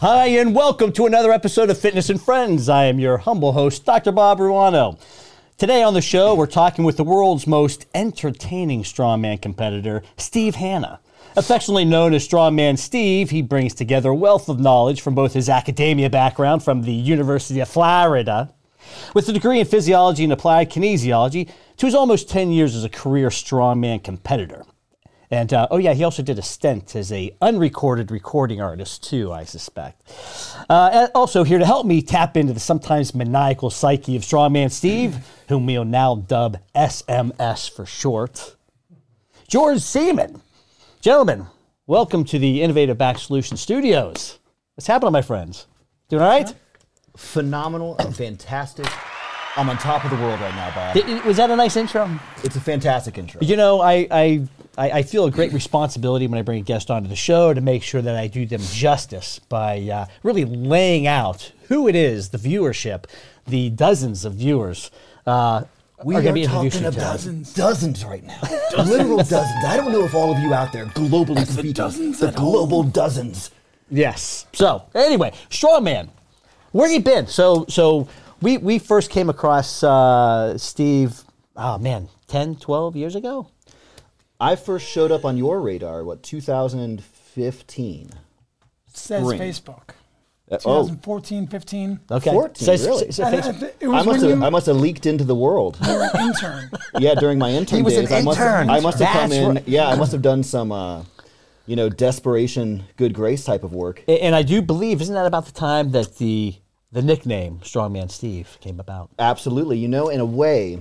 Hi, and welcome to another episode of Fitness and Friends. I am your humble host, Dr. Bob Ruano. Today on the show, we're talking with the world's most entertaining strongman competitor, Steve Hanna. Affectionately known as Strongman Steve, he brings together a wealth of knowledge from both his academia background from the University of Florida, with a degree in physiology and applied kinesiology, to his almost 10 years as a career strongman competitor. And uh, oh yeah, he also did a stint as a unrecorded recording artist too, I suspect. Uh, and also here to help me tap into the sometimes maniacal psyche of strongman Steve, whom we'll now dub SMS for short, George Seaman. Gentlemen, welcome to the Innovative Back Solution Studios. What's happening, my friends? Doing all right? phenomenal and fantastic. I'm on top of the world right now, Bob. Th- i- Was that a nice intro? It's a fantastic intro. You know, I, I, I I feel a great responsibility when I bring a guest onto the show to make sure that I do them justice by uh, really laying out who it is, the viewership, the dozens of viewers. Uh, we are going to be talking introducing of to. dozens, dozens right now, literal dozens. I don't know if all of you out there, globally speaking, dozens the at global dozens. Yes. So anyway, Strawman, where you been? So so we we first came across uh, Steve. Oh man, 10, 12 years ago. I first showed up on your radar. What 2015? says Spring. Facebook. Uh, oh. 2014, 15. Okay. 14, So it's- really? it's- it's And I- Facebook. th- it I was must when have you I must have leaked into the world. were an intern. yeah, during my intern was an days, I must intern. I must have come That's in. right. Yeah, I must have done some, uh, you know, desperation, good grace type of work. A- And I do believe, isn't that about the time that the the nickname Strongman Steve came about? Absolutely. You know, in a way,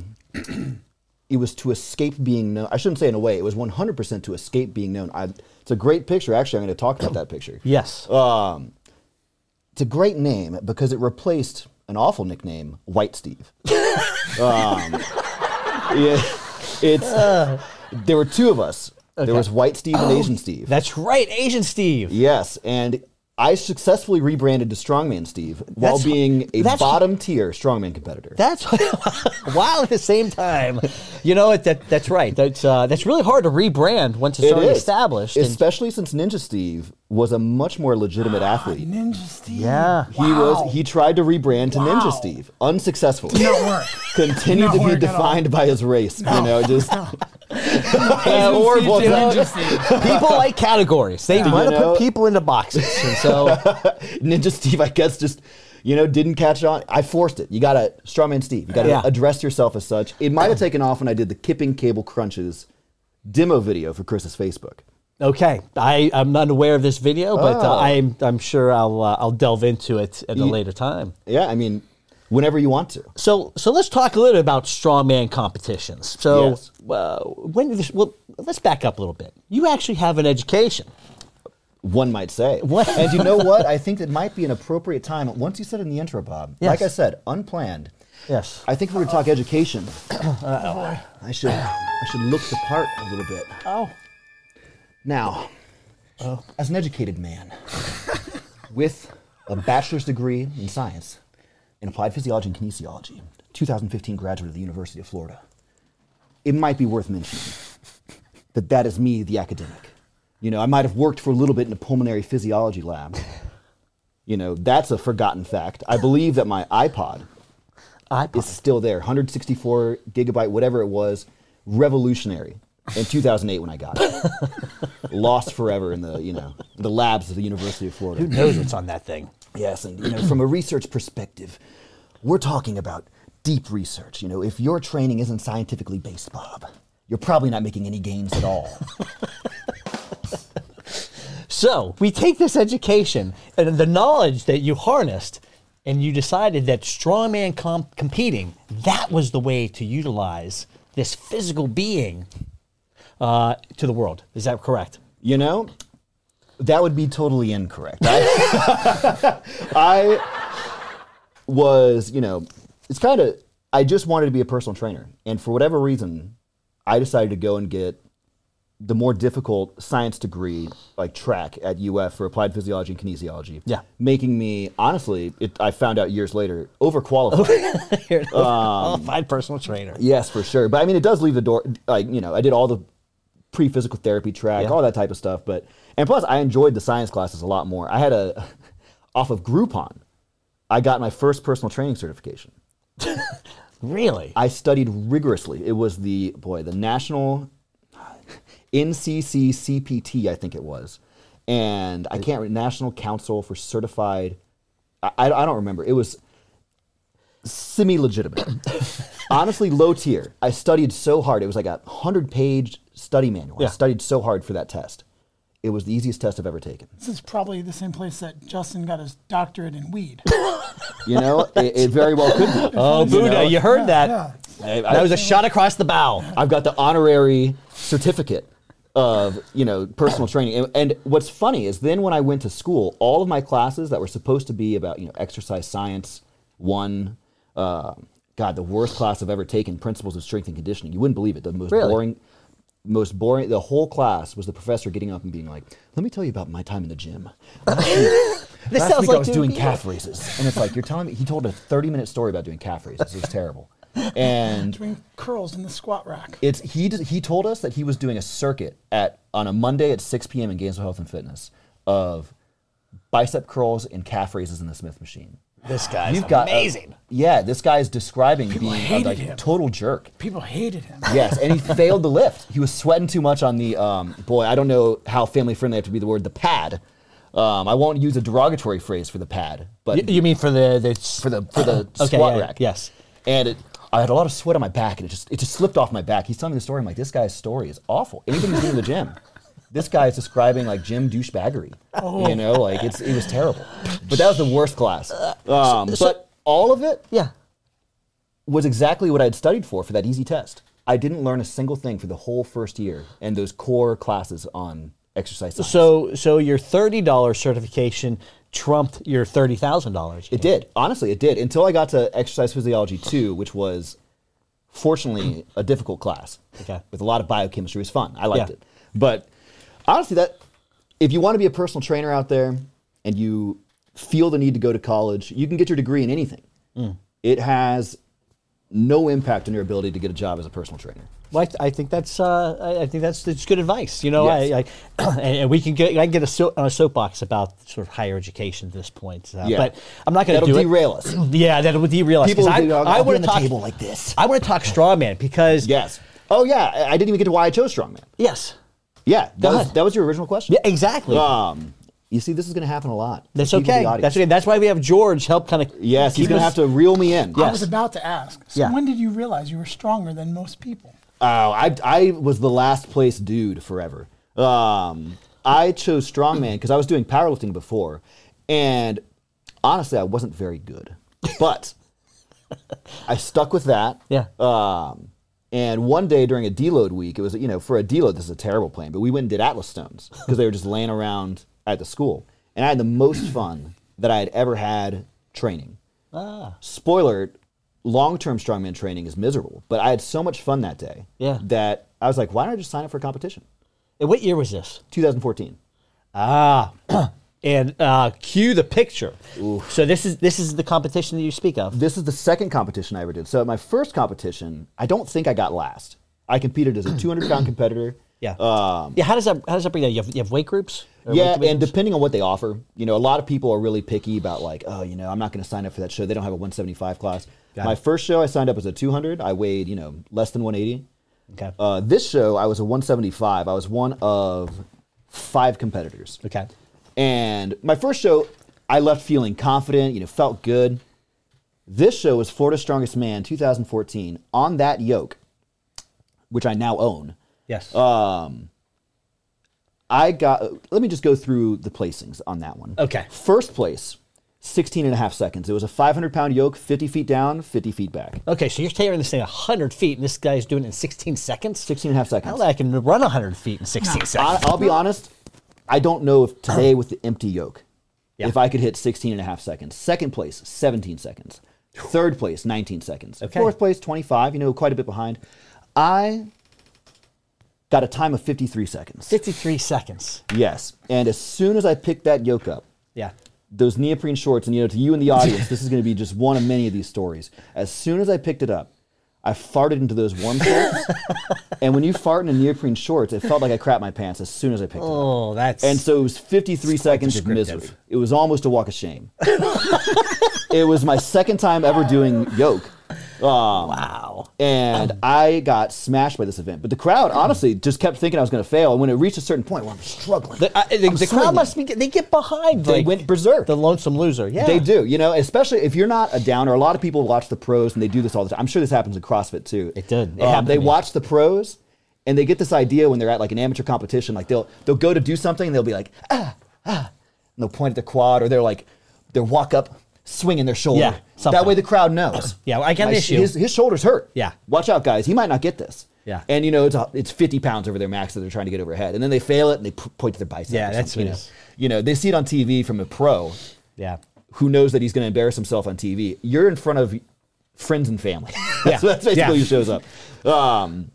it was to escape being known. I shouldn't say in a way. It was 100% to escape being known. I, it's a great picture. Actually, I'm going to talk about that picture. Yes. Uh, It's a great name because it replaced an awful nickname, White Steve. um, yeah, it's, there were two of us. There was White Steve and Asian Steve. That's right, Asian Steve. yes, and I successfully rebranded to Strongman Steve while That's- being a that's- bottom tier Strongman competitor. That's while at the same time, you know what? That that's right. That's uh, that's really hard to rebrand once it's It already is. established. and- Especially since Ninja Steve was a much more legitimate athlete. Ninja Steve. yeah. He was he tried to rebrand to Wow. Ninja Steve, unsuccessfully. Not work. Continued Not to be work at defined by his race, you know, just Yeah, Asian or- Steve to well, Ninja people like categories. They want to You know- put people into boxes, and so Ninja Steve, I guess, just you know, didn't catch on. I forced it. You gotta strongman Steve. You gotta Yeah. address yourself as such. It might have taken off when I did the kipping cable crunches demo video for Chris's Facebook. okay. I I'm not aware of this video, but uh, Oh. I'm I'm sure I'll uh, I'll delve into it at a later time. Yeah, I mean, whenever you want to. So, so let's talk a little bit about strongman competitions. So, Yes. uh, when did this, well, let's back up a little bit. You actually have an education. one might say. And you know what? I think it might be an appropriate time. Once you said in the intro, Bob, Yes. like I said, unplanned. Yes. I think we're going to talk education. I should, I should look the part a little bit. Oh, Now, uh, as an educated man with a bachelor's degree in science in applied physiology and kinesiology, 2015 graduate of the University of Florida, it might be worth mentioning that that is me, the academic. You know, I might have worked for a little bit in a pulmonary physiology lab. You know, that's a forgotten fact. I believe that my iPod I is still there, 164 gigabyte, whatever it was, revolutionary in 2008 when I got it. Lost forever in the you know the labs of the University of Florida. who knows what's on that thing. Yes, and you know, from a research perspective, we're talking about deep research. You know, if your training isn't scientifically based, Bob, you're probably not making any gains at all. So we take this education and the knowledge that you harnessed, and you decided that strongman comp- competing that was the way to utilize this physical being uh, to the world. Is that correct? you know, that would be totally incorrect. I, I was, you know, it's kind of, I just wanted to be a personal trainer. And for whatever reason, I decided to go and get the more difficult science degree, like track at UF for applied physiology and kinesiology. Yeah. Making me, honestly, it, I found out years later, overqualified. You're a qualified personal trainer. Yes, for sure. But I mean, it does leave the door. Like you know, I did all the pre-physical therapy track, Yeah. all that type of stuff. But and plus, I enjoyed the science classes a lot more. I had a off of Groupon, I got my first personal training certification. Really? I studied rigorously. It was the boy, the national NCCCPT, I think it was, and I can't re- National Council for Certified. I, I I don't remember. It was semi legitimate. Honestly, low tier. I studied so hard. It was like a hundred page study manual. Yeah. I studied so hard for that test. It was the easiest test I've ever taken. This is probably the same place that Justin got his doctorate in weed. You know, it, it very well could be. oh, Buddha, you, know, heard that. yeah. That was a shot across the bow. I've got the honorary certificate of you know personal training. And, and what's funny is then when I went to school, all of my classes that were supposed to be about you know exercise science one. Uh, God, the worst class I've ever taken, principles of strength and conditioning. You wouldn't believe it. The most Really? boring, most boring. The whole class was the professor getting up and being like, "Let me tell you about my time in the gym." This Last sounds week like I was to doing me. calf raises, and it's like you're telling me. He told a 30 minute story about doing calf raises. It was terrible, and Doing curls in the squat rack. it's he d- he told us that he was doing a circuit at on a Monday at 6 p.m. in Gainesville Health and Fitness of bicep curls and calf raises in the Smith machine. This guy's You've got a- amazing. yeah, this guy is describing being hated a like, him. total jerk. People hated him. Yes, and he failed the lift. He was sweating too much on the um, boy. I don't know how family friendly I have to be the word the pad. Um, I won't use a derogatory phrase for the pad, but Y- you mean for the, the for the for the Uh-huh. Okay, squat yeah, rack. yes. And it, I had a lot of sweat on my back, and it just it just slipped off my back. He's telling me the story. I'm like, this guy's story is awful. Anything he's doing in the gym, this guy is describing like gym douchebaggery. Oh. You know, like it's it was terrible. But that was the worst class. Uh, Um, but all of it yeah. was exactly what I had studied for for that easy test. I didn't learn a single thing for the whole first year and those core classes on exercise science. So so your thirty dollar certification trumped your thirty thousand dollars. It did. Honestly, it did. Until I got to exercise physiology two, which was fortunately a difficult class. Okay. With a lot of biochemistry. It was fun. I liked Yeah. it. But honestly, that if you want to be a personal trainer out there and you feel the need to go to college, you can get your degree in anything. Hmm. It has no impact on your ability to get a job as a personal trainer. Well, I, th- I think that's uh, I- I think that's, that's good advice. You know, Yes. I, I and, and we can get I can get a so, on a soapbox about sort of higher education at this point. Uh, Yeah. But I'm not going to That'll do it. derail us. Yeah, that would derail us. People 'cause will I, be, I'll- I'll be want to on the talk table like this. I want to talk straw man because Yes. Oh yeah, I I didn't even get to why I chose strongman. yes, Yeah, that was, ahead. that was your original question. yeah, exactly. Um, you see, this is going to happen a lot. that's People in okay. the audience. That's okay. That's why we have George help kind of Yes, he's going to have to reel me in. I was Yes. about to ask. So Yeah. when did you realize you were stronger than most people? Oh, I, I was the last place dude forever. Um, I chose strongman because I was doing powerlifting before, and honestly, I wasn't very good. But I stuck with that. Yeah. Um, and one day during a deload week, it was, you know, for a deload, this is a terrible plan, but we went and did Atlas Stones because they were just laying around at the school. And I had the most fun that I had ever had training. Ah. Spoiler, long term strongman training is miserable, but I had so much fun that day Yeah. that I was like, why don't I just sign up for a competition? And what year was this? 2014. Ah, and uh, cue the picture. So this is this is the competition that you speak of. This is the second competition I ever did. So at my first competition, I don't think I got last. I competed as a 200 pound competitor. Uh, Yeah. yeah. How does that how does that break down? You have, you have weight groups. Or weight yeah, and divisions? depending on what they offer, you know, a lot of people are really picky about like, oh, you know, I'm not going to sign up for that show. They don't have a 175 class. My first show, I signed up as a 200. I weighed, you know, less than 180. okay. Uh, this show, I was a 175. I was one of five competitors. okay. And my first show, I left feeling confident. You know, felt good. This show was Florida's Strongest Man 2014. On that yoke, which I now own. Yes. I got, uh, let me just go through the placings on that one. Okay. First place, 16 and a half seconds. It was a 500 pound yoke, 50 feet down, 50 feet back. okay. So you're tearing this thing hundred feet, and this guy's doing it in sixteen seconds. 16 and a half I seconds. don't think I can run hundred feet in sixteen I, seconds. I'll be honest, I don't know if today with the empty yoke, Yeah. if I could hit 16 and a half seconds. Second place, 17 seconds. Third place, 19 seconds. Okay. Fourth place, 25, you know, quite a bit behind. I got a time of 53 seconds. Fifty-three seconds. Yes. And as soon as I picked that yoke up, Yeah. those neoprene shorts, and you know, to you in the audience, this is going to be just one of many of these stories. As soon as I picked it up, I farted into those warm shorts, and when you fart in a neoprene shorts, it felt like I crapped my pants as soon as I picked it up. Oh, that's And so it was 53 seconds of descriptive. misery. It was almost a walk of shame. it was my second time ever doing yoke. Um, wow. and I got smashed by this event. But the crowd, honestly, just kept thinking I was going to fail. And when it reached a certain point where I'm struggling, The, I- the, I'm the crowd struggling. must be. They get behind. They like, went berserk. The lonesome loser. Yeah, They do, you know, especially if you're not a downer. A lot of people watch the pros and they do this all the time. I'm sure this happens in CrossFit too. It did. It Um, happened they to me. watch the pros and they get this idea when they're at like an amateur competition. Like they'll they'll go to do something and they'll be like ah ah, and they'll point at the quad or they're like they'll walk up swinging their shoulder. Yeah, something. that way the crowd knows. Yeah, I got an My- issue. His, his shoulders hurt. Yeah. watch out, guys. He might not get this. Yeah. and you know it's a, it's 50 pounds over their max that they're trying to get overhead, and then they fail it and they p- point to their bicep. Yeah, or that's what something, you it know? is. You know, they see it on TV from a pro, Yeah. who knows that he's going to embarrass himself on TV. You're in front of friends and family. Yeah. so that's basically Yeah. who shows up. Um,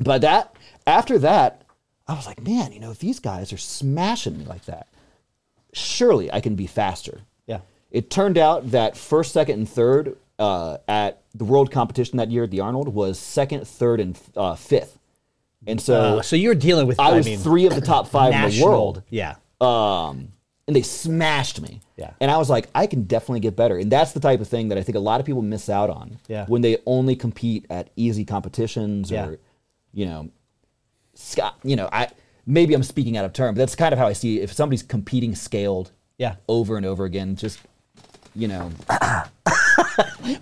but that after that, I was like, man, you know, if these guys are smashing me like that, surely I can be faster. Yeah. It turned out that first, second, and third uh, at the world competition that year at the Arnold was second, third, and uh, fifth. And so Uh, so you're dealing with. I I, was mean, three of the top five in the national- world Yeah. um, and they smashed me. Yeah. And I was like, I can definitely get better. And that's the type of thing that I think a lot of people miss out on Yeah. when they only compete at easy competitions Yeah. or, you know, sc- you know, I maybe I'm speaking out of turn, but that's kind of how I see it. if somebody's competing scaled Yeah. over and over again, just you know,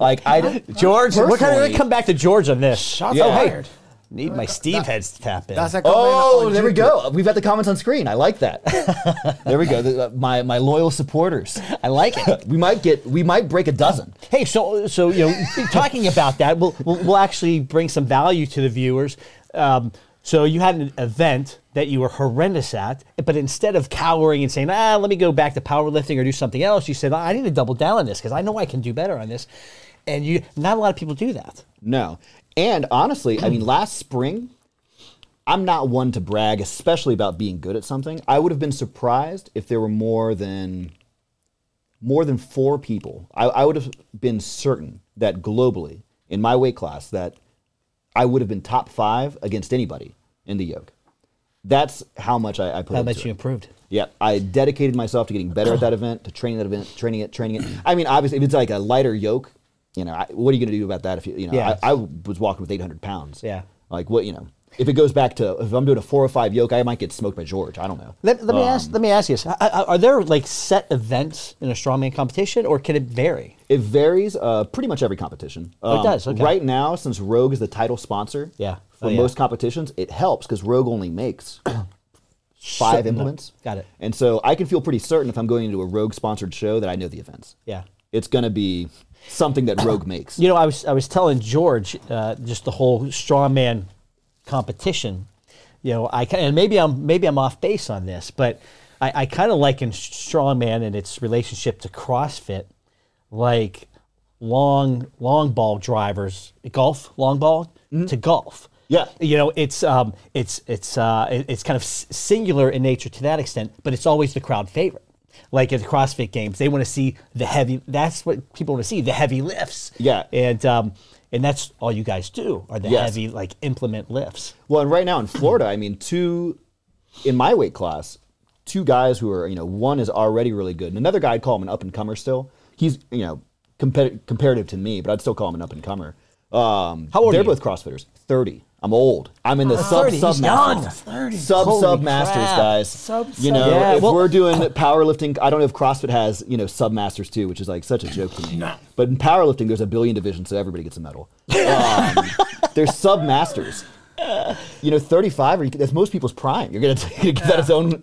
like I George, we're going Personally- to come back to George on this. Shots Yeah. fired. Need my Steve heads to tap in. That's like Oh, there we go. We've got the comments on screen. I like that. there we go. The- uh, my my loyal supporters. I like it. We might get we might break a dozen. Hey, so so you know, talking about that, we'll, we'll we'll actually bring some value to the viewers. Um, so you had an event that you were horrendous at, but instead of cowering and saying, "Ah, let me go back to powerlifting or do something else," you said, "I need to double down on this because I know I can do better on this." And you, not a lot of people do that. No. And honestly, I mean, last spring, I'm not one to brag, especially about being good at something. I would have been surprised if there were more than more than four people. I, I would have been certain that globally, in my weight class, that I would have been top five against anybody in the yoke. That's how much I, I put. How into much you it. improved? Yeah, I dedicated myself to getting better at that event, to training that event, training it, training it. I mean, obviously, if it's like a lighter yoke, you know, I, what are you going to do about that? If you, you know, Yeah. I, I was walking with 800 pounds. Yeah. like what you know, if it goes back to if I'm doing a four or five yoke, I might get smoked by George. I don't know. Let, let me ask. Let me ask you this: I- I- Are there like set events in a strongman competition, or can it vary? It varies uh, pretty much every competition. Um, Oh, it does, okay. Right now, since Rogue is the title sponsor Yeah. for Oh, yeah. most competitions, it helps because Rogue only makes Certain five num- implements. Got it. And so I can feel pretty certain if I'm going into a Rogue sponsored show that I know the events. Yeah. It's going to be something that Rogue makes. You know, I was I was telling George uh, just the whole strongman competition. You know, I ki- and maybe I'm maybe I'm off base on this, but I, I kind of liken strongman and its relationship to CrossFit, like long long ball drivers, golf long ball to golf. Yeah. you know, it's um, it's it's uh, it- it's kind of s- singular in nature to that extent, but it's always the crowd favorite. Like at the CrossFit Games, they want to see the heavy. That's what people want to see: the heavy lifts. Yeah. and um, and that's all you guys do are the Yes. heavy like implement lifts. Well, and right now in Florida, I mean, two in my weight class, two guys who are you know one is already really good, and another guy I'd call him an up and comer still. He's you know compar- comparative to me, but I'd still call him an up and comer. Um, How old They're are you? both CrossFitters. Thirty. I'm old. I'm in the sub 30, he's sub young. masters. 30. Sub Holy sub masters, crap. guys. Sub- you sub- know, Yeah, if well- we're doing powerlifting, I don't know if CrossFit has you know sub masters too, which is like such a joke to me. But in powerlifting, there's a billion divisions, so everybody gets a medal. Um, there's sub masters you know, 35, or you, that's most people's prime. You're going to give that its own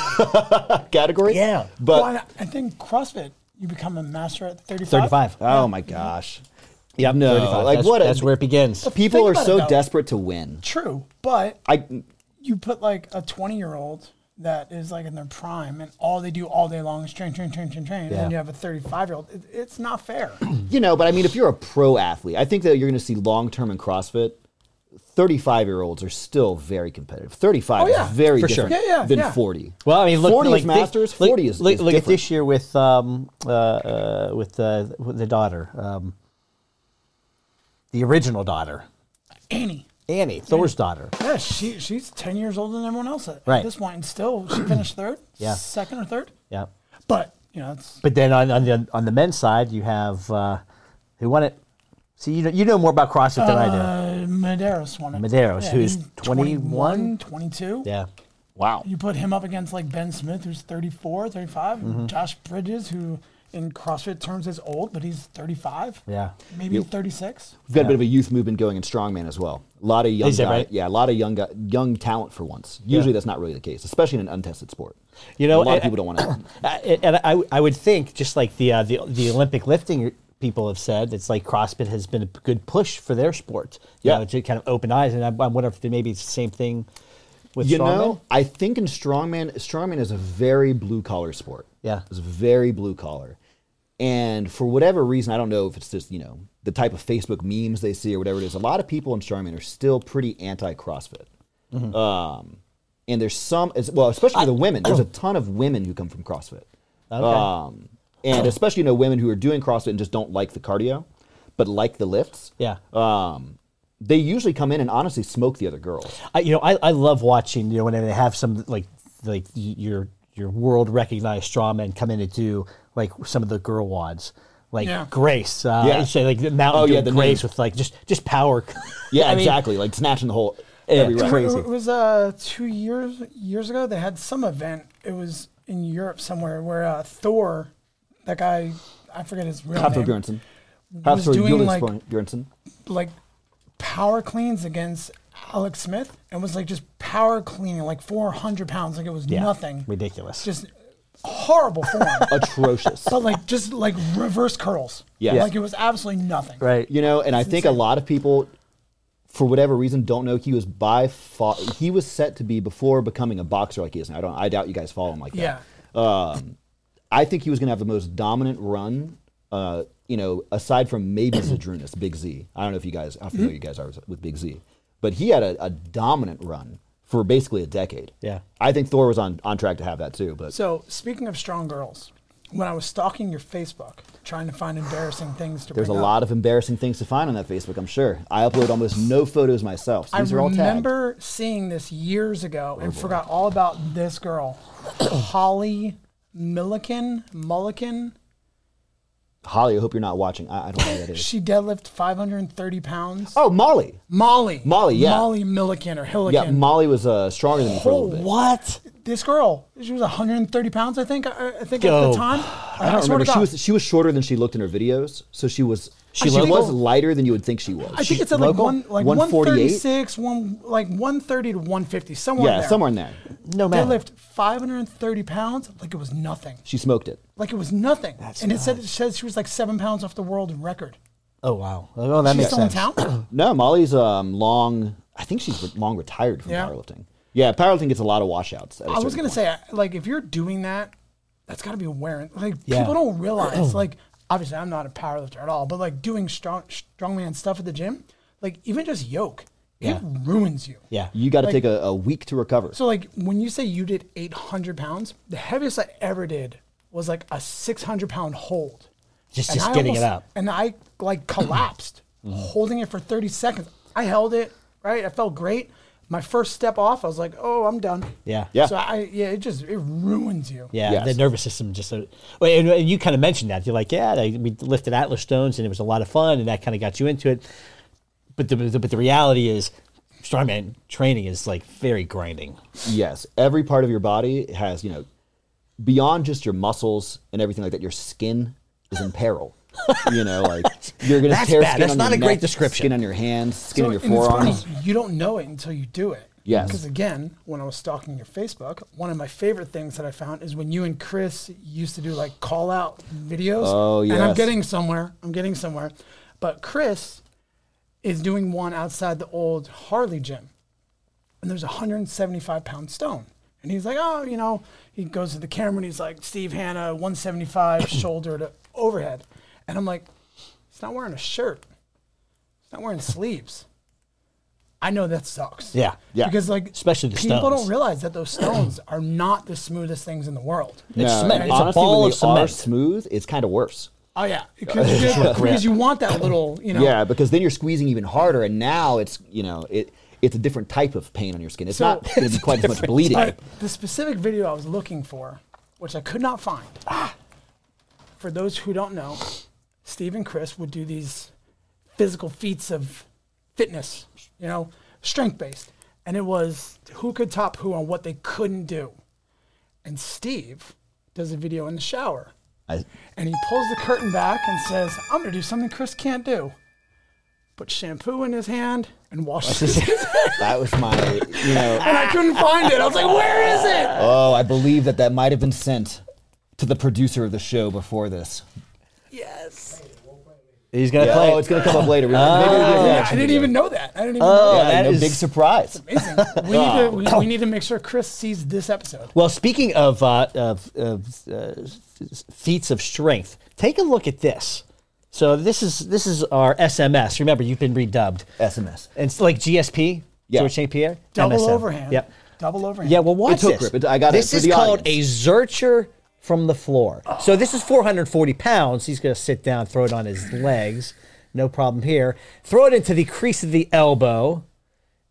category? Yeah. But, well, I- I think CrossFit, you become a master at 35. Thirty-five. oh my gosh. Yeah, no. 35. Like, that's, what? a- that's where it begins. people Think are about it, so though. desperate to win. True, but I, you put like a 20 year old that is like in their prime and all they do all day long is train, train, train, train, train. And Yeah. then you have a 35 year old. It, it's not fair. you know, but I mean, if you're a pro athlete, I think that you're going to see long term in CrossFit. 35 year olds are still very competitive. 35 yeah, is very Oh, for sure. different Yeah, yeah, than yeah. 40. Well, I mean, look, 40 like is thi- masters, look- 40 is, look, is look at different. this year with um, uh, uh, with uh, with the daughter. Um, The original daughter, Annie. Annie, Thor's daughter. Yeah, she she's ten years older than everyone else at, Right. at this point, and still she finished third. Yeah. second or third. Yeah. But you know, it's But then on, on the on the men's side, you have uh, who won it? See, you know, you know more about CrossFit than I do. uh, Medeiros won it. Medeiros, who's he's 21? 22. Yeah. Wow. You put him up against like Ben Smith, who's 34, 35, Mm-hmm. Josh Bridges, who in CrossFit terms is old, but he's 35. Yeah. Maybe 36. We've got a bit of a youth movement going in strongman as well. A lot of young, Is that guy- right? yeah, a lot of young, guy- young talent for once. Usually that's not really the case, especially in an untested sport. You know, a lot of I- people don't want to. I- Uh, and I, I would think just like the uh, the the Olympic lifting people have said, it's like CrossFit has been a good push for their sport. You Yeah. know, to kind of open eyes, and I, I wonder if maybe it's the same thing with You strongman. know, I think in strongman, strongman is a very blue collar sport. Yeah. it's very blue collar, and for whatever reason, I don't know if it's just you know the type of Facebook memes they see or whatever it is. A lot of people in strongman are still pretty anti CrossFit. Mm-hmm. Um, and there's some as well, especially the women. There's a ton of women who come from CrossFit. Um, and especially you know women who are doing CrossFit and just don't like the cardio, but like the lifts. Yeah. Um, they usually come in and honestly smoke the other girls. I, you know, I, I love watching, you know, when they have some like like y- your your world recognized strawman come in and do like some of the girl wads. Like Yeah. Grace, uh, Yeah. say like the mountain Oh, Dew yeah, the Grace name. with like just just power. Yeah, I mean, exactly. Like snatching the whole. Yeah, every it's round. crazy. It was uh, two years years ago. They had some event. It was in Europe somewhere where uh, Thor, that guy, I forget his real Half name, of Bjornsson. Half of doing, like- Bjornsson. like power cleans against Alex Smith, and was like just power cleaning like 400 pounds, like it was yeah, nothing. ridiculous. Just horrible form. Atrocious. but like just like reverse curls. Yeah. Like it was absolutely nothing. right, you know, and I think a lot of people, for whatever reason, don't know he was by far he was set to be before becoming a boxer like he is now. I don't. I doubt you guys follow him like that. Yeah. Um, I think he was going to have the most dominant run. Uh, you know, aside from maybe Zadrunas, Big Z. I don't know if you guys, how Mm-hmm. familiar you guys are with- with Big Z, but he had a, a dominant run for basically a decade. Yeah. I think Thor was on, on track to have that too. But So speaking of strong girls, when I was stalking your Facebook, trying to find embarrassing things to There's a bring up, lot of embarrassing things to find on that Facebook, I'm sure. I upload almost no photos myself. So I these are all tagged. Oh, remember seeing this years ago and forgot all about this girl, Holly Milliken. Mulliken. Holly, I hope you're not watching. I, I don't know who that is. She deadlifted 530 pounds. Oh, Molly. Molly. Molly, yeah. Molly Milliken or Hilliken. Yeah, Molly was uh, stronger than me for a little bit. Oh, What? this girl, she was 130 pounds, I think. I, I think at Go. the time. I don't swear remember. to She God. was she was shorter than she looked in her videos, so she was she, local? was lighter than you would think she was. I think She- it's at like local? one like 148? 136, one like 130 to 150, somewhere. yeah, there. somewhere in there. No They matter. lift 530 pounds like it was nothing. She smoked it. Like it was nothing. and it said it says she was like seven pounds off the world record. Oh wow. Oh, that She's makes still in sense. town. No, Molly's um, long. I think she's re- long retired from Yeah. powerlifting. Yeah, powerlifting gets a lot of washouts. At a I was certain gonna point. say I- like if you're doing that, that's gotta be wearing. Like Yeah. people don't realize like obviously I'm not a powerlifter at all, but like doing strong strongman stuff at the gym, like even just yoke, Yeah. it ruins you. Yeah. you got to take a, a week to recover. So like when you say you did 800 pounds, the heaviest I ever did was like a 600 pound hold. Just- And just I getting it almost- up. Mm. And I like collapsed holding it for 30 seconds. I held it, right? I felt great. My first step off, I was like, "Oh, I'm done." Yeah. Yeah. So I yeah, it just it ruins you. Yeah, Yes. the nervous system just. Uh, well, and, and you kind of mentioned that you're like, yeah, they, we lifted Atlas stones and it was a lot of fun, and that kind of got you into it. But the, the but the reality is, strongman training is like very grinding. Yes, every part of your body has, you know, beyond just your muscles and everything like that, your skin is in peril. you know, like you're gonna That's tear bad. skin That's on not your a great neck, description. Skin on your hands, skin on your and it's funny, forearms. you don't know it until you do it. Yes. Because again, when I was stalking your Facebook, one of my favorite things that I found is when you and Chris used to do like call out videos. Oh, And I'm yes. getting somewhere. I'm getting somewhere. But Chris is doing one outside the old Harley gym and there's a 175 pound stone. And he's like, oh, you know, he goes to the camera and he's like, Steve Hanna, 175 shoulder to overhead. And I'm like, he's not wearing a shirt, he's not wearing sleeves. I know that sucks. Yeah, yeah. Because, like, Especially the people stones. don't realize that those stones are not the smoothest things in the world. It's cement. and It's a honestly, ball when of they are cement. smooth, it's kind of worse. Oh yeah, because, you, because you want that little, you know. Yeah, because then you're squeezing even harder, and now it's you know it it's a different type of pain on your skin. It's So- not going to be quite as much bleeding. All right, the specific video I was looking for, which I could not find. For those who don't know, Steve and Chris would do these physical feats of fitness, you know, strength based. And it was who could top who on what they couldn't do. And Steve does a video in the shower. I, And he pulls the curtain back and says, I'm going to do something Chris can't do. Put shampoo in his hand and washes his hands. that was my you know. and I couldn't find it. I was like, where is it? Oh, I believe that that might have been sent to the producer of the show before this. Yes. He's gonna Yeah, play. Oh, it. it's going to come up later. We- maybe we'll Ah. do a Yeah, I reaction didn't video. even know that. I didn't even Oh, know Yeah, that no is- big surprise. that. Amazing. We need, to, we, we need to make sure Chris sees this episode. Well, speaking of, uh, of, of uh, feats of strength, take a look at this. So this is this is our SMS. Remember, you've been redubbed. SMS. It's like GSP, Yeah. George St. Pierre. Double MSM. overhand. Yep. Double overhand. Yeah, well, watch hook this. grip. It- I got it this for is the called audience. Oh. a zurcher from the floor. So this is 440 pounds. He's going to sit down, throw it on his legs. No problem here. Throw it into the crease of the elbow.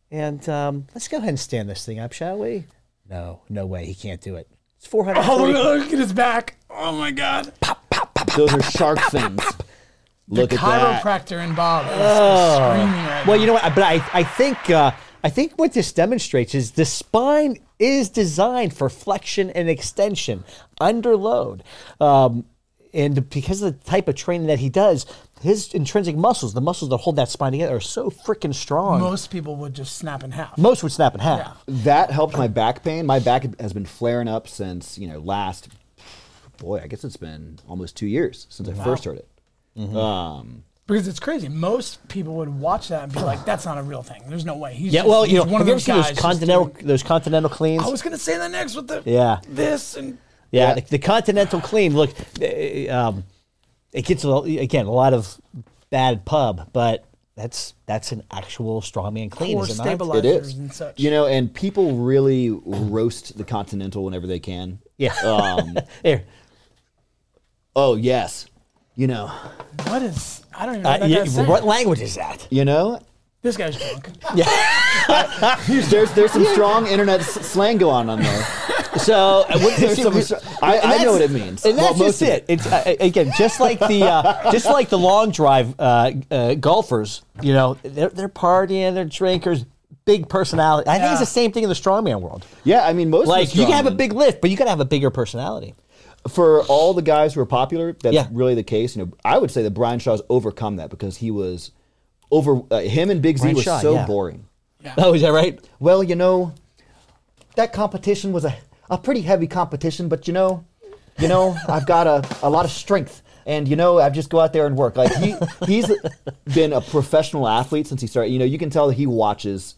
And um, let's go ahead and stand this thing up, shall we? No, no way. He can't do it. It's Oh, 440. look, look at his back. Oh, my God. Those are shark fins. Look at that. Chiropractor in Bob is screaming right Oh. Well, you know what? But I, I think, uh, I think what this demonstrates is the spine is designed for flexion and extension under load, um, and because of the type of training that he does, his intrinsic muscles, the muscles that hold that spine together, are so freaking strong. now. Most, Most people would just snap in half. would snap in half. That helped my back pain. My back has been flaring up since, you know, last, boy, I guess it's been almost two years since I first heard it. Um, Because it's crazy. Most people would watch that and be like, "That's not a real thing. There's no way." He's Yeah, just- well, he's you know, one have of you ever those seen guys. those just continental doing- those continental cleans? I was gonna say the next with the Yeah. this and Yeah, Yeah. The, the continental clean. Look, eh, um, it gets a, little- again a lot of bad pub, but that's that's an actual strongman clean, or is it not? it stabilizers is. and such. You know, and people really roast the Continental whenever they can. Yeah. Um, Here, oh, yes. You know, what is? I don't even know uh, what that yeah, guy's saying. what language is that? you know, This guy's drunk. there's there's some strong internet s- slang going on on there. So uh, what- There's some- I- and I know that's- what it means. and that's Well, most just of it. it. It's uh, again just like the uh, just like the long drive uh, uh, golfers. You know, they're they're partying, they're drinkers, big personality. I think it's Yeah. the same thing in the strongman world. Yeah, I mean, most of Like the you can have a strongmen- big lift, but you gotta have a bigger personality. for all the guys who are popular, that's Yeah. really the case. You know, I would say that Brian Shaw's overcome that because he was over uh, him and Big Z Brian was Shaw, so yeah. boring. Oh, is that right? Well, you know, that competition was a, a pretty heavy competition, but you know, you know, I've got a, a lot of strength. And you know, I just go out there and work. Like he he's been a professional athlete since he started. You know, you can tell that he watches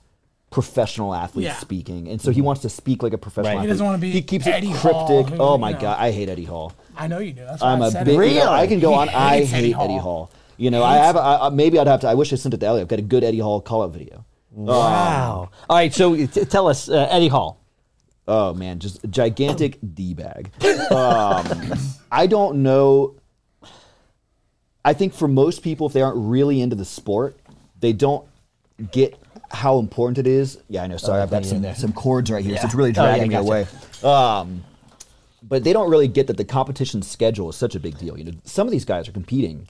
professional athletes Yeah. speaking, and Mm-hmm. so he wants to speak like a professional. Right. Athlete. He doesn't wanna be He keeps Eddie it Hall, cryptic. who, oh you my know. god, I hate Eddie Hall. I know you do. That's why I'm I a said big. it. Really? I can go He on. I hates hate Eddie Eddie Hall. Hall. You know, I have. I, I- maybe I'd have to. I wish I sent it to Elliot. I've got a good Eddie Hall call out video. Wow. All right, so t- tell us, uh, Eddie Hall. Oh man, just a gigantic d bag. Um, I don't know. I think for most people, if they aren't really into the sport, they don't get how important it is. Yeah, I know. Sorry, I've got Oh, yeah, some, yeah. some cords right here, so it's Yeah. really Oh, yeah, dragging gotcha. me away. Um, but they don't really get that the competition schedule is such a big deal. You know, some of these guys are competing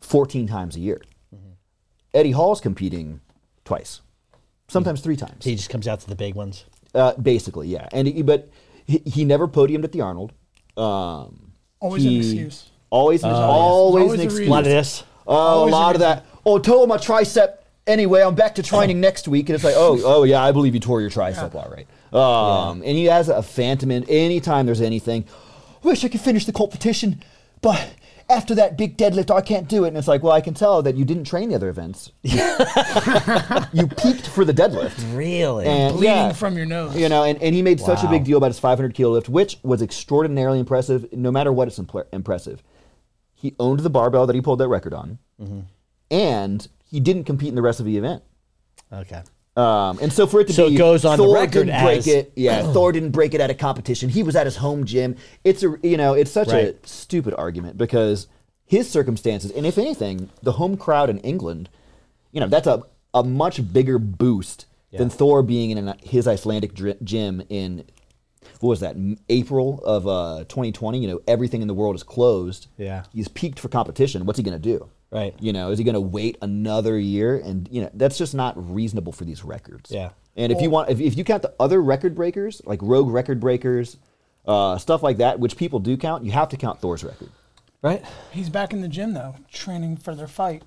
14 times a year. Eddie Hall's competing twice, sometimes three times. He just comes out to the big ones. Uh, basically, yeah. And he, but he, he never podiumed at the Arnold. Um, Always an he- excuse. Always, an- always, Always an a excuse. A lot of this. Oh, a Always a lot of that. Oh, tore my tricep. Anyway, I'm back to training next week, and it's like, oh, oh yeah, I believe you tore your tricep. All right. Um, And he has a phantom in anytime there's anything. Wish I could finish the competition, but after that big deadlift, I can't do it. And it's like, well, I can tell that you didn't train the other events. you peaked for the deadlift. Really? And Bleeding yeah. from your nose. You know, and, and he made such a Wow. big deal about his 500 kilo lift, which was extraordinarily impressive. No matter what, it's impl- impressive. He owned the barbell that he pulled that record on, Mm-hmm. and he didn't compete in the rest of the event. okay. Um, and so for it to So it be goes on the Thor record didn't break as- it. Yeah, Thor didn't break it at a competition. He was at his home gym. It's a you know, it's such Right. a stupid argument because his circumstances, and if anything, the home crowd in England, you know, that's a, a much bigger boost than Thor being in an, his Icelandic dr- gym in, what was that, m- April of uh, 2020? You know, everything in the world is closed. Yeah. He's peaked for competition. What's he going to do? Right. You know, is he going to wait another year? And, you know, that's just not reasonable for these records. Yeah. And if you want, if, if you count the other record breakers, like rogue record breakers, uh, stuff like that, which people do count, you have to count Thor's record. Right? He's back in the gym though, training for their fight.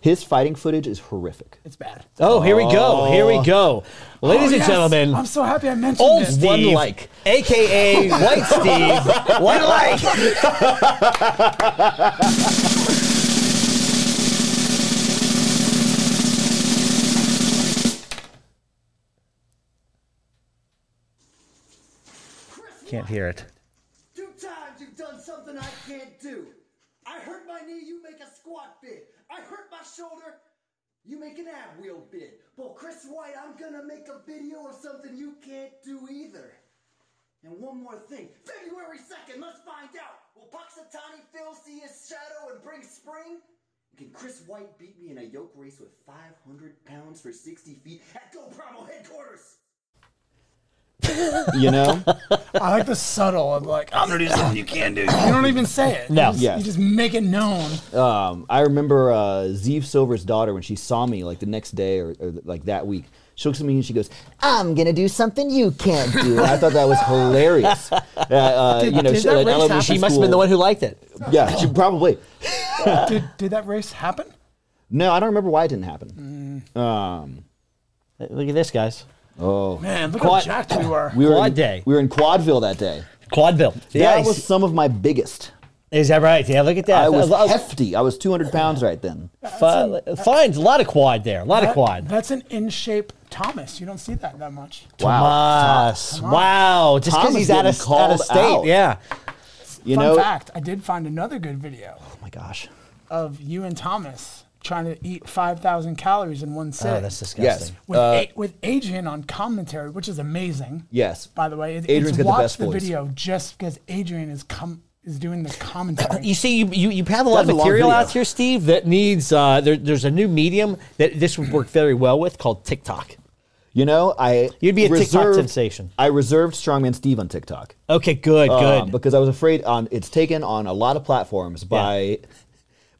His fighting footage is horrific. It's bad. Oh, here we go. Here we go. Ladies Oh, and yes. gentlemen, I'm so happy I mentioned old it. Steve, One like. aka White Steve, one like. Can't hear it. Two times you've done something I can't do. I hurt my knee, you make a squat bid. I hurt my shoulder, you make an ab wheel bid. Well, Chris White, I'm gonna make a video of something you can't do either. And one more thing. February 2nd, let's find out. Will Puxatani Phil see his shadow and bring spring? Can Chris White beat me in a yoke race with 500 pounds for 60 feet at Go Promo headquarters? You know? I like the subtle of like, I'm gonna do something you can't do. You don't even say it. No. You just, Yes. you just make it known. um, I remember uh, Zeev Silver's daughter when she saw me like the next day or, or like that week. She looks at me and she goes, "I'm gonna do something you can't do." I thought that was hilarious. Uh, uh, you know, did she, that at race elementary happen? She must have been the school- one who liked it. Yeah, she probably. did, did that race happen? No, I don't remember why it didn't Mm. happen. Look at this, guys. Man, look Quite- how jacked we were. We were Quad in, day. We were in Quadville that day. Quadville. That Yes. was some of my biggest. Is that right? Yeah, look at that. I was Uh, hefty. I was 200 pounds right then. fi- fine. A lot of quad there. A lot of That- quad. That's an in shape Thomas. You don't see that that much. Tomas. Wow. Just because Thomas he's out getting of, out of called state. out. Yeah. You Fun know? fact: I did find another good video Oh my gosh. of you and Thomas trying to eat five thousand calories in one sit. Oh, that's disgusting. with, Uh, a- with Adrian on commentary, which is amazing. Yes. By the way, it, Adrian's it's got the watch best the voice. video just because Adrian is com- is doing the commentary. You see, you, you, you have a lot That's a of long material video. out here, Steve, that needs, uh, there, there's a new medium that this would work very well with called TikTok. You know, I You'd be a TikTok reserved- sensation. I reserved Strongman Steve on TikTok. Okay, good, um, good. because I was afraid on it's taken on a lot of platforms by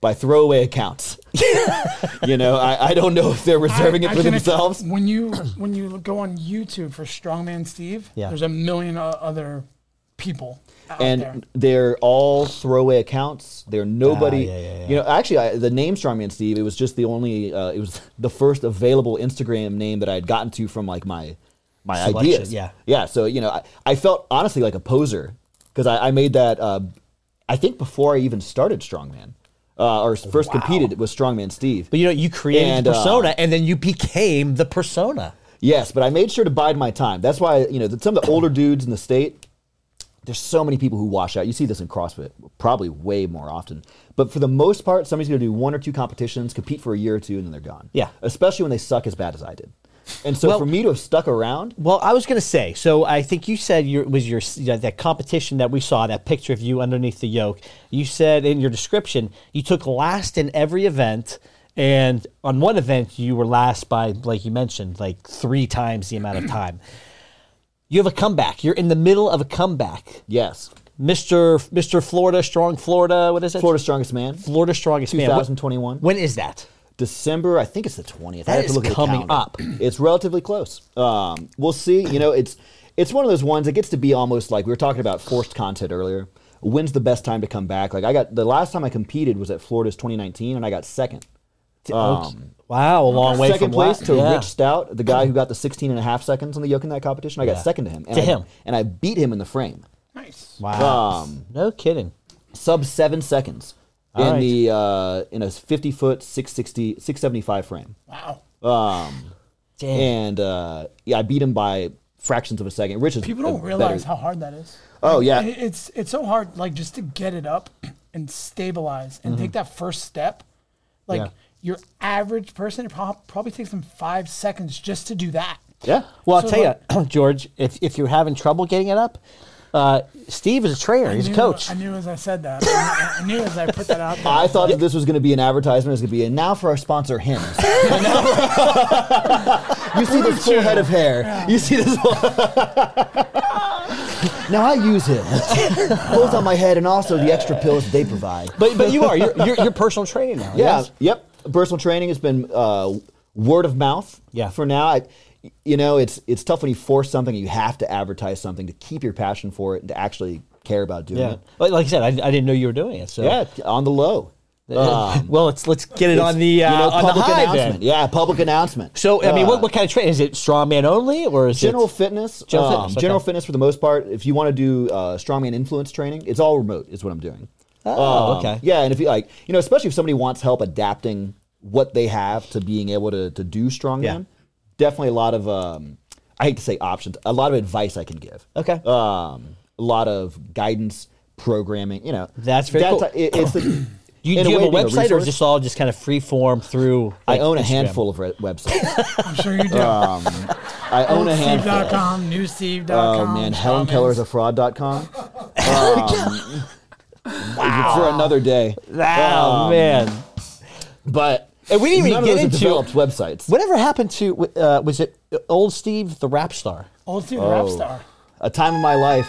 by throwaway accounts. you know, I, I don't know if they're reserving I- it I for can- themselves. When you when you go on YouTube for Strongman Steve, Yeah. there's a million o- other people out there. and they're all throwaway accounts. They're nobody. Ah, yeah, yeah, yeah. You know, actually, I, the name Strongman Steve. It was just the only. Uh, it was the first available Instagram name that I had gotten to from like my my Selection, ideas. yeah. yeah. So you know, I, I felt honestly like a poser because I, I made that. Uh, I think before I even started Strongman uh, or first competed, it was Strongman Steve. but you know, you created And, the uh, persona and then you became the persona. Yes, but I made sure to bide my time. That's why you know that some of the older dudes in the state. There's so many people who wash out. You see this in CrossFit probably way more often. But for the most part, somebody's going to do one or two competitions, compete for a year or two, and then they're gone. Yeah. Especially when they suck as bad as I did. And so Well- for me to have stuck around, Well, I was going to say. So I think you said your was your yeah, that competition that we saw that picture of you underneath the yoke. You said in your description you took last in every event, and on one event you were last by like you mentioned like three times the amount of time. You have a comeback. You're in the middle of a comeback, yes, Mister Mister Florida Strong Florida. What is it? Florida's Strongest Man, Florida Strongest Man. What- 2021. When is that? December, I think it's the 20th. I That have to is look at the coming calendar. up. It's relatively close. Um, we'll see. You know, it's it's one of those ones that gets to be almost like we were talking about forced content earlier. When's the best time to come back? Like I got the last time I competed was at Florida's 2019, and I got second. Wow, a long way Um, from second la- place to yeah. Rich Stout, the guy who got the 16 and a half seconds on the yoke in that competition. I got Yeah. second to him. And To I, him. and I beat him in the frame. Nice. Wow, Um, no kidding. sub seven seconds in right. the uh, in a 50 foot 660 675 frame. Um, Wow. Damn. and uh, yeah, I beat him by fractions of a second. Rich is People a don't better- realize how hard that is. Oh, Like, yeah. it- it's it's so hard like just to get it up and stabilize and Mm-hmm. take that first step. Like Yeah. your average person, it prob- probably takes them five seconds just to do that. Yeah. Well, So I'll tell you, George, if, if you're having trouble getting it up, Uh, Steve is a trainer. He's a knew- coach. I knew as I said that. I, I knew as I put that out there. I thought that this was going to be an advertisement. It's going to be, and now for our sponsor, Hims. And now- you see this full head of hair. You see this. Whole now I use Hims, both on my head and also the extra pills that they provide. But but you are you're, you're, you're personal training now. Yeah. yes? Yep. Personal training has been uh, word of mouth. Yeah. For now, I, you know, it's it's tough when you force something. You have to advertise something to keep your passion for it and to actually care about doing yeah. it. Like, like I said, I, I didn't know you were doing it. So Ah. Yeah. On the low. Um, well, let's let's get it Uh, on it's, the uh, you know, on the high then. announcement. Yeah, public announcement. So I mean, Uh, what, what kind of training is it? Strongman only, or is general it fitness? Ah. General General, fitness, okay. general fitness for the most part. If you want to do uh, strongman influence training, it's all remote. Is what I'm doing. Um, Oh, okay. Yeah, and if you like, you know, especially if somebody wants help adapting what they have to being able to to do strongman, Yeah. definitely a lot of um, I hate to say options, a lot of advice I can give. okay? Uh, Um, a lot of guidance, programming. You know, That's very cool. ti- it- it's the, Do you, in do you way, have a being website, or resource. is this all just kind of free form through? I like, own a Instagram? handful of re- websites. I'm sure you do. Uh, I own a handful. Steve.com, newsteve.com. Oh man, Helen Keller is a fraud.com. wow. Um, For another day. Oh man! But And we didn't even none of get those are into- developed websites. Whatever happened to uh, was it old Steve the rap star? Old Steve the Rap Star. Oh, A time of my life.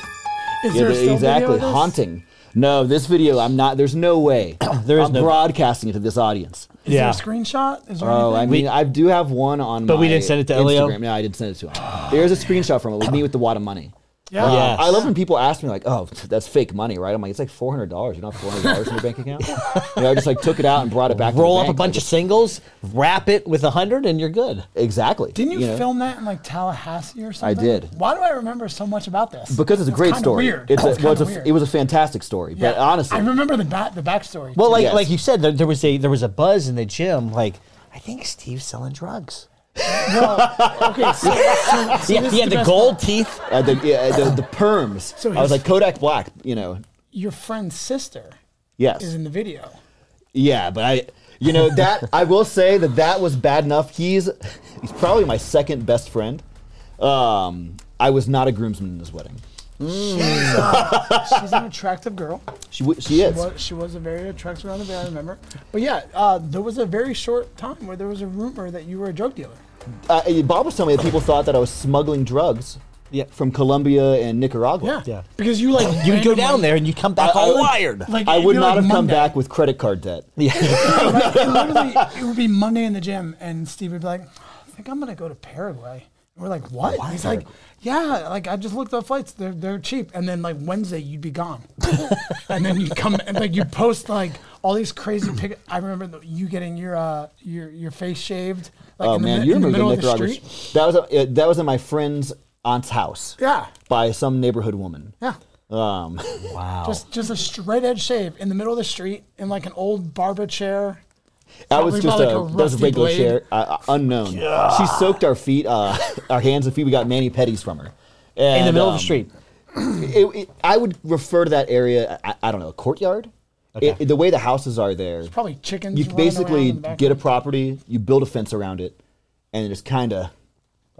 Is Yeah, there the- still exactly. video of this? Haunting. No, this video, I'm not. There's no way. There is I'm no- broadcasting it to this audience. Is Yeah. there a screenshot? Is there Oh, I anything? mean, I do have one on. But we my didn't send it to Elio? Instagram. No, I didn't send it to him. There's a screenshot from it with me with the wad of money. Uh, yeah. Yes. I love when people ask me like, "Oh, that's fake money, right?" I'm like, "It's like four hundred dollars. You don't have four hundred dollars in your bank account." You know, I just like took it out and brought it back. Roll to the up a bank. bunch of singles, wrap it with a hundred, and you're good. exactly. Didn't you, know? film that in like Tallahassee or something? did. Why do I remember so much about this? Because it's a That's great kinda story. Weird. It's a, well, it's kinda a, weird. it was a fantastic story, but Yeah. honestly, I remember the back the backstory. Well, like Yes. like you said, there, there was a there was a buzz in the gym. Like I think Steve's selling drugs. okay, so, so, so Yeah, this he is had the, best gold part. teeth. uh, the, yeah, the the perms. So I was his- like Kodak Black, you know. Your friend's sister Yes. is in the video. Yeah, but I, you know that I will say that that was bad enough. He's he's probably my second best friend. Um, I was not a groomsman in his wedding. She's an attractive girl. She w- she is. Well, she was a very attractive girl. I remember. But yeah, uh, there was a very short time where there was a rumor that you were a drug dealer. uh, Bob was telling me that people thought that I was smuggling drugs Yeah. from Colombia and Nicaragua. Yeah. Yeah. Because you like You would go randomly- down there and you come back I- I all would- wired. Like, I it'd would be not like have come Monday. back with credit card debt. yeah. Like, it, literally, it would be Monday in the gym, and Steve would be like, "I think I'm gonna go to Paraguay." And we're like, "What?" Why He's like, "Yeah, like I just looked up flights. They're they're cheap." And then like Wednesday, you'd be gone, and then you come and like you post like all these crazy pic. I remember the, you getting your uh your your face shaved. Like, Oh in the, man, mi- you in the remember middle the of the Nicaragua? street? That was a, uh, that was at my friend's aunt's house. Yeah. By some neighborhood woman. Yeah. Um, wow. Just just a straight edge shave in the middle of the street in like an old barber chair. that was Probably just about a, like a that was a rusty regular blade. chair, uh, uh, unknown. She soaked our feet, uh, our hands and feet. We got mani pedis from her. in the And, middle of um, the street. it, it- I would refer to that area. I, I don't know, a courtyard. It- it- the way the houses are there, Probably chickens. you running around basically in the background. get a property, you build a fence around it, and just kind of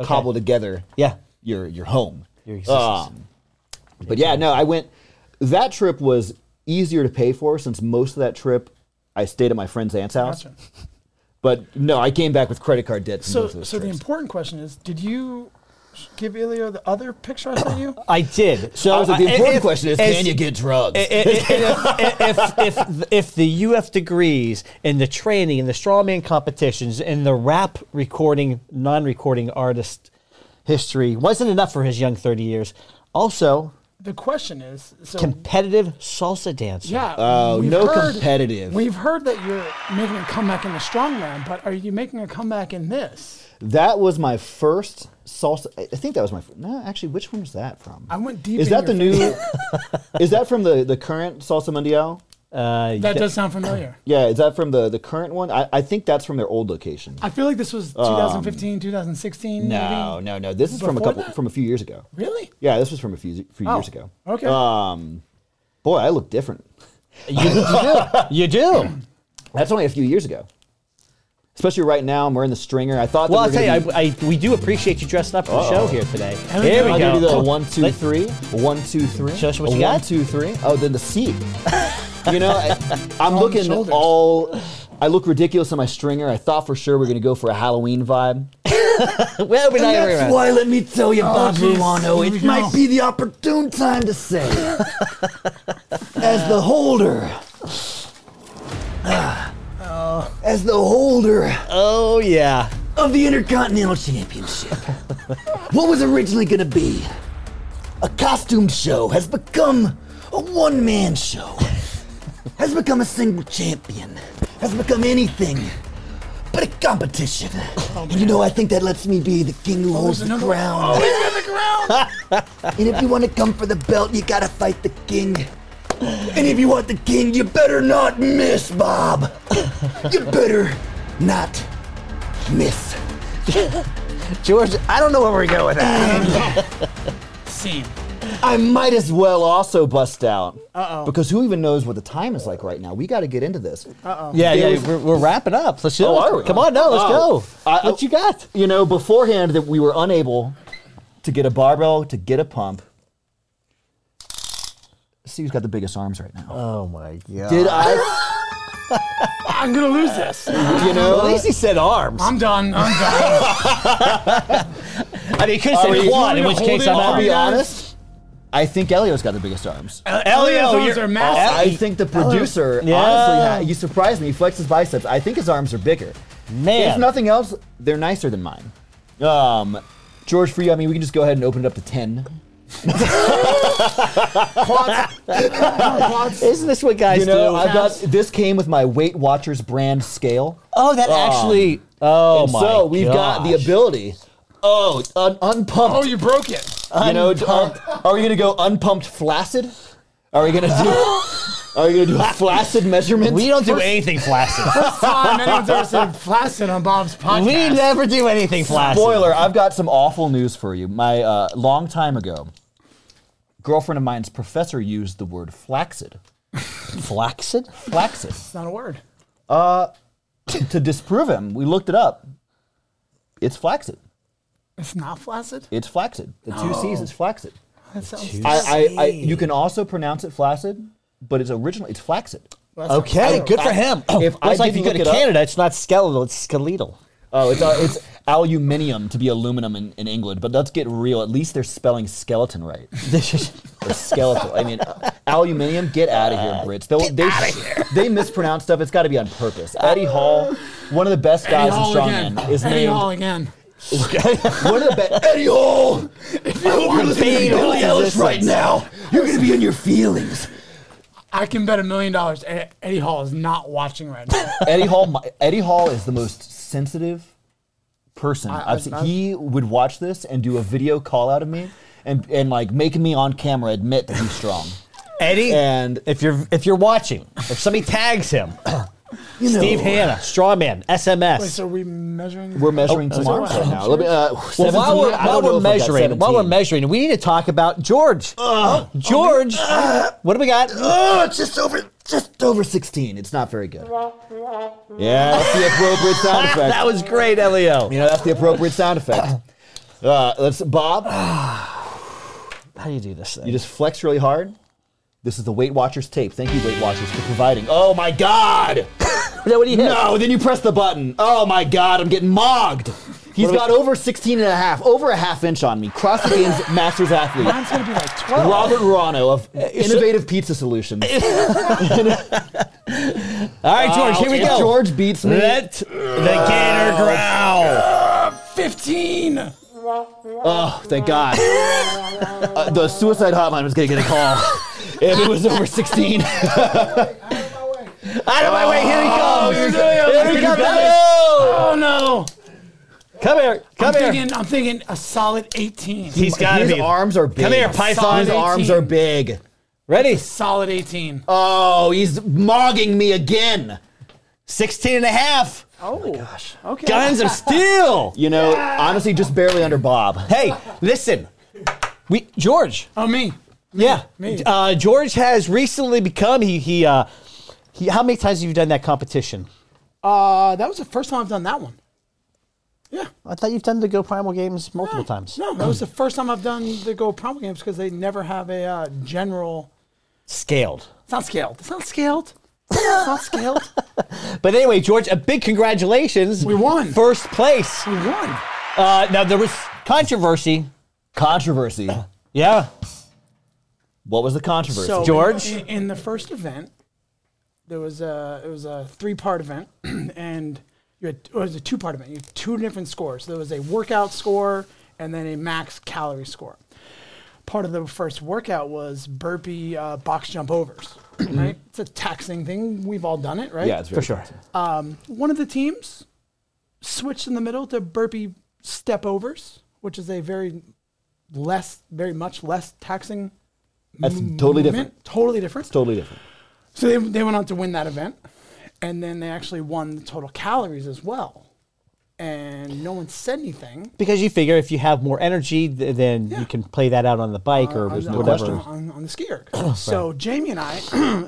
cobble together. Yeah. your your home. Um, Your existence. but yeah, no, I went. That trip was easier to pay for since most of that trip I stayed at my friend's aunt's house. Gotcha. But no, I came back with credit card debt. From So, both of so those the trips. important question is, did you sh- give Ilio the other picture I sent you? I did. So I was like, the I- important if- question is, as- can you get drugs? i- i- if, if, if, if the UF degrees and the training and the strongman competitions and the rap recording, non recording artist history wasn't enough for his young 30 years, also The question is, so competitive salsa dancer. yeah. Oh, we've no competitive. We've heard that you're making a comeback in the strongman, but are you making a comeback in this? That was my first salsa. I I think that was my. fir- No, actually, which one was that from? I went deep Is in that the your new? is that from the the current salsa mundial? Uh, That does sound familiar. Yeah, is that from the the current one? I, I think that's from their old location. I feel like this was 2015, 2016. Um, No, no, no. This is from a Before couple that? from a few years ago. maybe? really? Yeah, this was from a few few years Oh, ago. Okay. Um, boy, I look different. you, you do. You do. That's only a few years ago. Especially right now, I'm wearing the stringer. I thought. Well, I'll that we tell were you, gonna be- I, I, we do appreciate you dressing up for the show here today. Here we I'll go. do the Oh, one, two, let- three. One, two, three. Show us what A you got. One, two, three. Oh, then the seat. you know, I, I'm looking shoulders. all. I look ridiculous in my stringer. I thought for sure we are gonna go for a Halloween vibe. Well, we're not That's around. why let me tell you, Bob jeez. Ruano, Here we it go. might be the opportune time to say, as the holder, ah, as the holder Oh yeah. of the Intercontinental Championship, what was originally going to be a costume show has become a one man show, has become a single champion, has become anything. But a competition. and you know, I think that lets me be the king who holds the another- crown. And if you want to come for the belt, you gotta fight the king. And if you want the king, you better not miss, Bob. You better not miss. George, I don't know where we're going with that. Scene. I might as well also bust out. Uh oh. Because who even knows what the time is like right now? We gotta get into this. Uh Yeah, There yeah, was- we're, we're wrapping up. Let's do Oh, it. are we? Come on now, let's Oh. go. I- what you got? You know, beforehand that we were unable to get a barbell, to get a pump. See who's got the biggest arms right now. Oh my god. Did I? I'm gonna lose this. You know, At least he said arms. I'm done. I'm done. I mean, he could have Are said we- quad, you in wanna which hold case it? I'm I'll out. be Sorry, guys. honest. I think Elio's got the biggest arms. Elio, Elio's arms you're- are massive. Elio- I think the producer, Yeah. honestly, ha- you surprised me. He flexed his biceps. I think his arms are bigger. Man. If nothing else, they're nicer than mine. Um, George, for you, I mean, we can just go ahead and open it up to 10. Isn't this what guys You know, do? I've got, this came with my Weight Watchers brand scale. oh, that actually. Oh And my. so we've got the gosh. ability. Oh, un- unpumped. Oh, you broke it. You know, are, are we gonna go unpumped flaccid? Are we gonna do? are we gonna do a flaccid measurement? We don't do anything flaccid. First time anyone's ever said flaccid on Bob's podcast. we never do anything flaccid. Spoiler: I've got some awful news for you. My uh, long time ago, girlfriend of mine's professor used the word flaccid, Flaccid? flaccid, It's not a word. to disprove him. We looked it up. It's flaccid. It's not flaccid. It's flaccid. The two Oh. C's is flaccid. That sounds. I, I, I, you can also pronounce it flaccid, but it's originally it's flaccid. that sounds Okay, terrible. good for him. if I it's like if you didn't go look to it up- Canada, it's not skeletal, it's skeletal. Oh, it's uh, it's aluminium to be aluminum in, in England, but let's get real. At least they're spelling skeleton right. or skeletal. I mean, uh, aluminium. Get out of Uh, here, Brits. They'll, they they mispronounce stuff. It's got to be on purpose. Eddie Hall, one of the best Eddie guys in Hall again. strongman, is Eddie named Hall again. one of the best. Eddie Hall. I hope you're listening Beatles existence. now. You're gonna be in your feelings. I can bet a million dollars Ed- Eddie Hall is not watching right now. Eddie Hall. mi- Eddie Hall is the most sensitive person I, have seen. he would watch this and do a video call out of me, and and like making me on camera admit that he's strong. Eddie, And- if you're if you're watching, if somebody tags him, You know, Steve Hanna, Strawman, SMS. Wait, so are we measuring? We're measuring some arms right oh, now. Let me. Uh, well, 17, while we're, while I don't we're know if I've got measuring, while we're 17. measuring, we need to talk about George. Uh, Oh, George, what do we got? Oh, it's just over, just over sixteen. It's not very good. Yeah, that's the appropriate sound effect. that was great, Elio. you know, that's the appropriate sound effect. Uh, let's, Bob. How do you do this thing? You just flex really hard. This is the Weight Watchers tape. Thank you, Weight Watchers, for providing. Oh my God! Yeah, what do you hit? No, then you press the button. Oh my God, I'm getting mogged. He's got over 16 and a half, over a half inch on me. Cross the games, masters athlete. Mine's gonna be like twelve. Robert Rano of Uh, Innovative Pizza Solutions. All right, George, here we If go. George beats me. Let the gator growl. Fifteen. Oh, thank God. Uh, the suicide hotline was going to get a call. if it was over 16. Out of my way, here he comes. Oh, you're Here he doing comes. it. Elio. Oh no! Come here, come I'm here. thinking. I'm thinking a solid eighteen. He's got to His be. arms are big. Come here, Python. His arms are big. Ready? solid eighteen. Oh, he's mogging me again. 16 and a half. oh my gosh. Okay. Guns of steel. You know, honestly, just barely under Bob. Hey, listen. We George. Oh me. Yeah. me. Uh, George has recently become he he uh he how many times have you done that competition? Uh, that was the first time I've done that one. Yeah. I thought you've tended to go primal games multiple times. No, that was the first time I've done the Go Promo games because they never have a uh, general. Scaled. It's not scaled. It's not scaled. It's not scaled. But anyway, George, a big congratulations. We won. First place. We won. Uh, now, there was controversy. Controversy. Yeah. What was the controversy? So George? in, in the first event, there was a it was a three part event, and you had it was a two part event. You had two different scores. There was a workout score and then a max calorie score. Part of the first workout was burpee uh, box jump overs. right, it's a taxing thing. We've all done it, right? Mm-hmm. yeah, it's very For sure. One of the teams switched in the middle to burpee step overs, which is a very less, very much less taxing. That's totally different. movement. Totally different. Totally different. So they, they went on to win that event, and then they actually won the total calories as well. And no one said anything. Because you figure if you have more energy, th- then Yeah. you can play that out on the bike or on, the- whatever. on, on, on the skier. so Jamie and I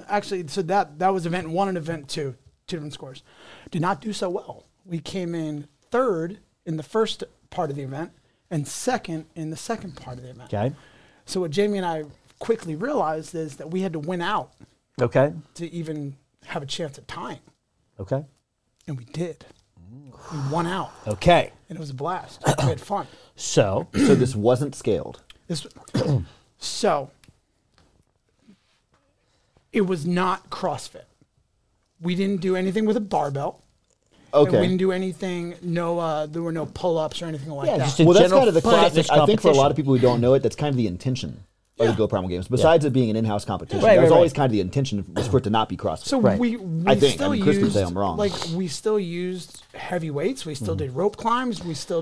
actually, so that that was event one and event two, two different scores, did not do so well. We came in third in the first part of the event and second in the second part of the event. Okay. So what Jamie and I quickly realized is that we had to win out Okay. to even have a chance at tying, Okay. and we did. We won out. Okay. and it was a blast. we had fun. So, So this wasn't scaled. This, so it was not CrossFit. We didn't do anything with a barbell. and Okay. we didn't do anything. No, uh, there were no pull-ups or anything like Yeah, that. just a- well, that's general kind of the fitness classic. I think for a lot competition. of people who don't know it, that's kind of the intention of the Go Primal Games. Besides it being an in-house competition, Right, that was right, always right. kind of the intention was for it to not be CrossFit. so Right. we, we I think, still I mean, Chris used can say I'm wrong. like we still used heavy weights. We Mm. still did rope climbs. We still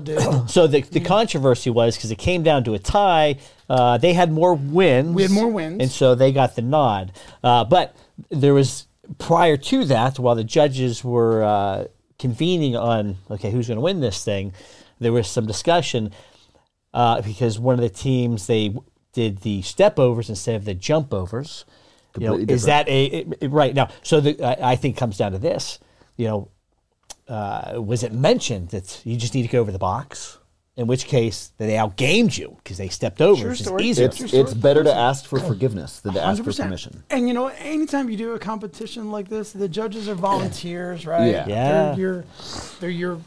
did. so the, the controversy was because it came down to a tie. Uh, they had more wins. We had more wins. And so they got the nod. Uh, but there was, prior to that, while the judges were uh, convening on, okay, who's going to win this thing, there was some discussion uh, because one of the teams, they w- did the step overs instead of the jump overs. You know, Completely is that a, it- it- right now? So the, I, I think it comes down to this, you know, uh, was it mentioned that you just need to go over the box? In which case, they outgamed you because they stepped over. True which is story. easier. it's it's better to ask for Oh, forgiveness than to ask for 100%. permission. And you know, anytime you do a competition like this, the judges are volunteers, right? Yeah. Yeah. They're your, they're your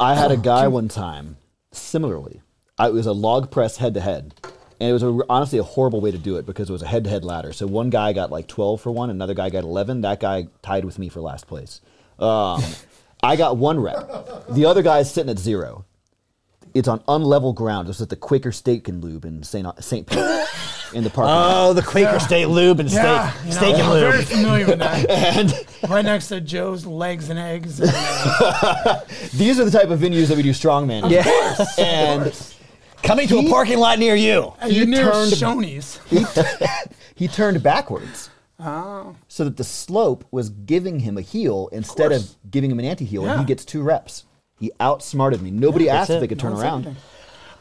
I had a guy one time, similarly, I, it was a log press head to head. And it was a, honestly a horrible way to do it because it was a head to head ladder. So one guy got like 12 for one, another guy got 11. That guy tied with me for last place. Um, I got one rep. The other guy is sitting at zero. It's on unlevel ground. It's at the Quaker Steak and Lube in St. St. Pete in the parking lot. Oh, the Quaker State Lube and Yeah, Steak, you know, steak and I'm Lube. very familiar with that. right next to Joe's legs and eggs. And, uh, These are the type of venues that we do strongman. in. Yes. And Coming to a parking lot near you. you near turned- Shoney's. he, he turned backwards. Oh. So that the slope was giving him a heel instead of, course. giving him an anti heel, and Yeah. he gets two reps. He outsmarted me. Nobody asked it. if they could turn That's around. everything.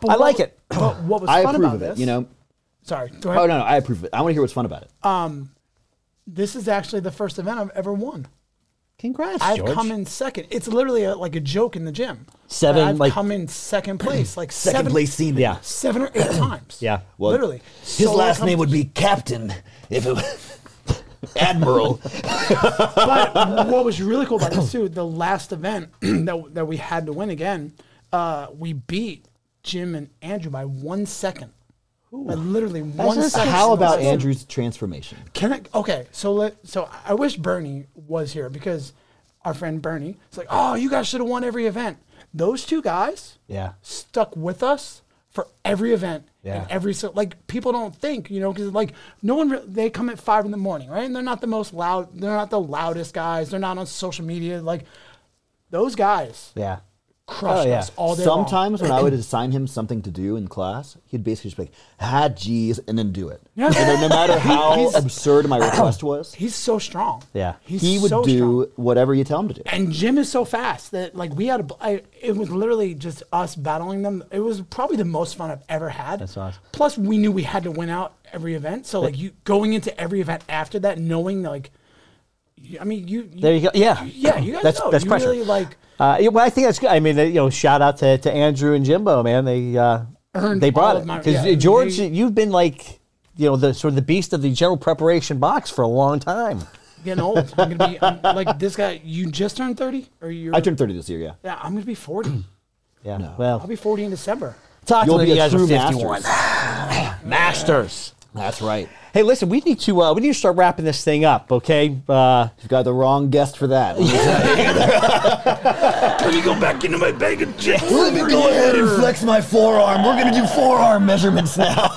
But I what- like it. But what was I fun approve about of it. this? You know, Sorry. Go ahead. oh no, no, I approve of it. I want to hear what's fun about it. This is actually the first event I've ever won. Congrats, I've George. come in second. It's literally a, like a joke in the gym. Seven, I've like- come in second place, like Second seven, place seaman. Yeah. seven or eight times. Yeah. Well, literally. His So last like, I'm- name would be Captain if it was Admiral. but what was really cool about this too, the last event that that we had to win again, uh, we beat Jim and Andrew by one second. By literally one just- second. How about Andrew? Andrew's transformation? Can I? Okay, so let so I wish Bernie was here because our friend Bernie is like, oh, you guys should have won every event. Those two guys, Yeah. stuck with us for every event. Yeah. and every so like people don't think you know because like no one re- they come at five in the morning right and they're not the most loud they're not the loudest guys they're not on social media like those guys Yeah. crush Oh, yeah. us all day long. Sometimes when I would assign him something to do in class, he'd basically just be like, ah, geez, and then do it. Yeah. And then no matter how He's- absurd my request was, he's so strong Yeah. he's he would so do strong. whatever you tell him to do. and Jim is so fast that like we had a, I, it was literally just us battling them. It was probably the most fun I've ever had. That's awesome. Plus, we knew we had to win out every event, so like you going into every event after that, knowing like I mean, you. you There you go. Yeah. Yeah, you guys that's, know. That's you pressure. really like Uh, yeah, well, I think that's good. I mean, they, you know, shout out to, to Andrew and Jimbo, man. They uh, Earned they all brought of it my- because yeah, George, they- you've been like, you know, the sort of the beast of the general preparation box for a long time. getting old. I'm gonna be I'm, like this guy. You just turned thirty, or you're. I turned 30 this year, yeah. Yeah, I'm gonna be forty. Yeah. I'll Well, be forty in December. talk to You'll me. be You a guys are true 51. Masters. That's right. Hey, listen, we need to uh, we need to start wrapping this thing up, okay? Uh, You've got the wrong guest for that. Let me go back into my bag of chips. Let me go ahead and flex my forearm. We're going to do forearm measurements now.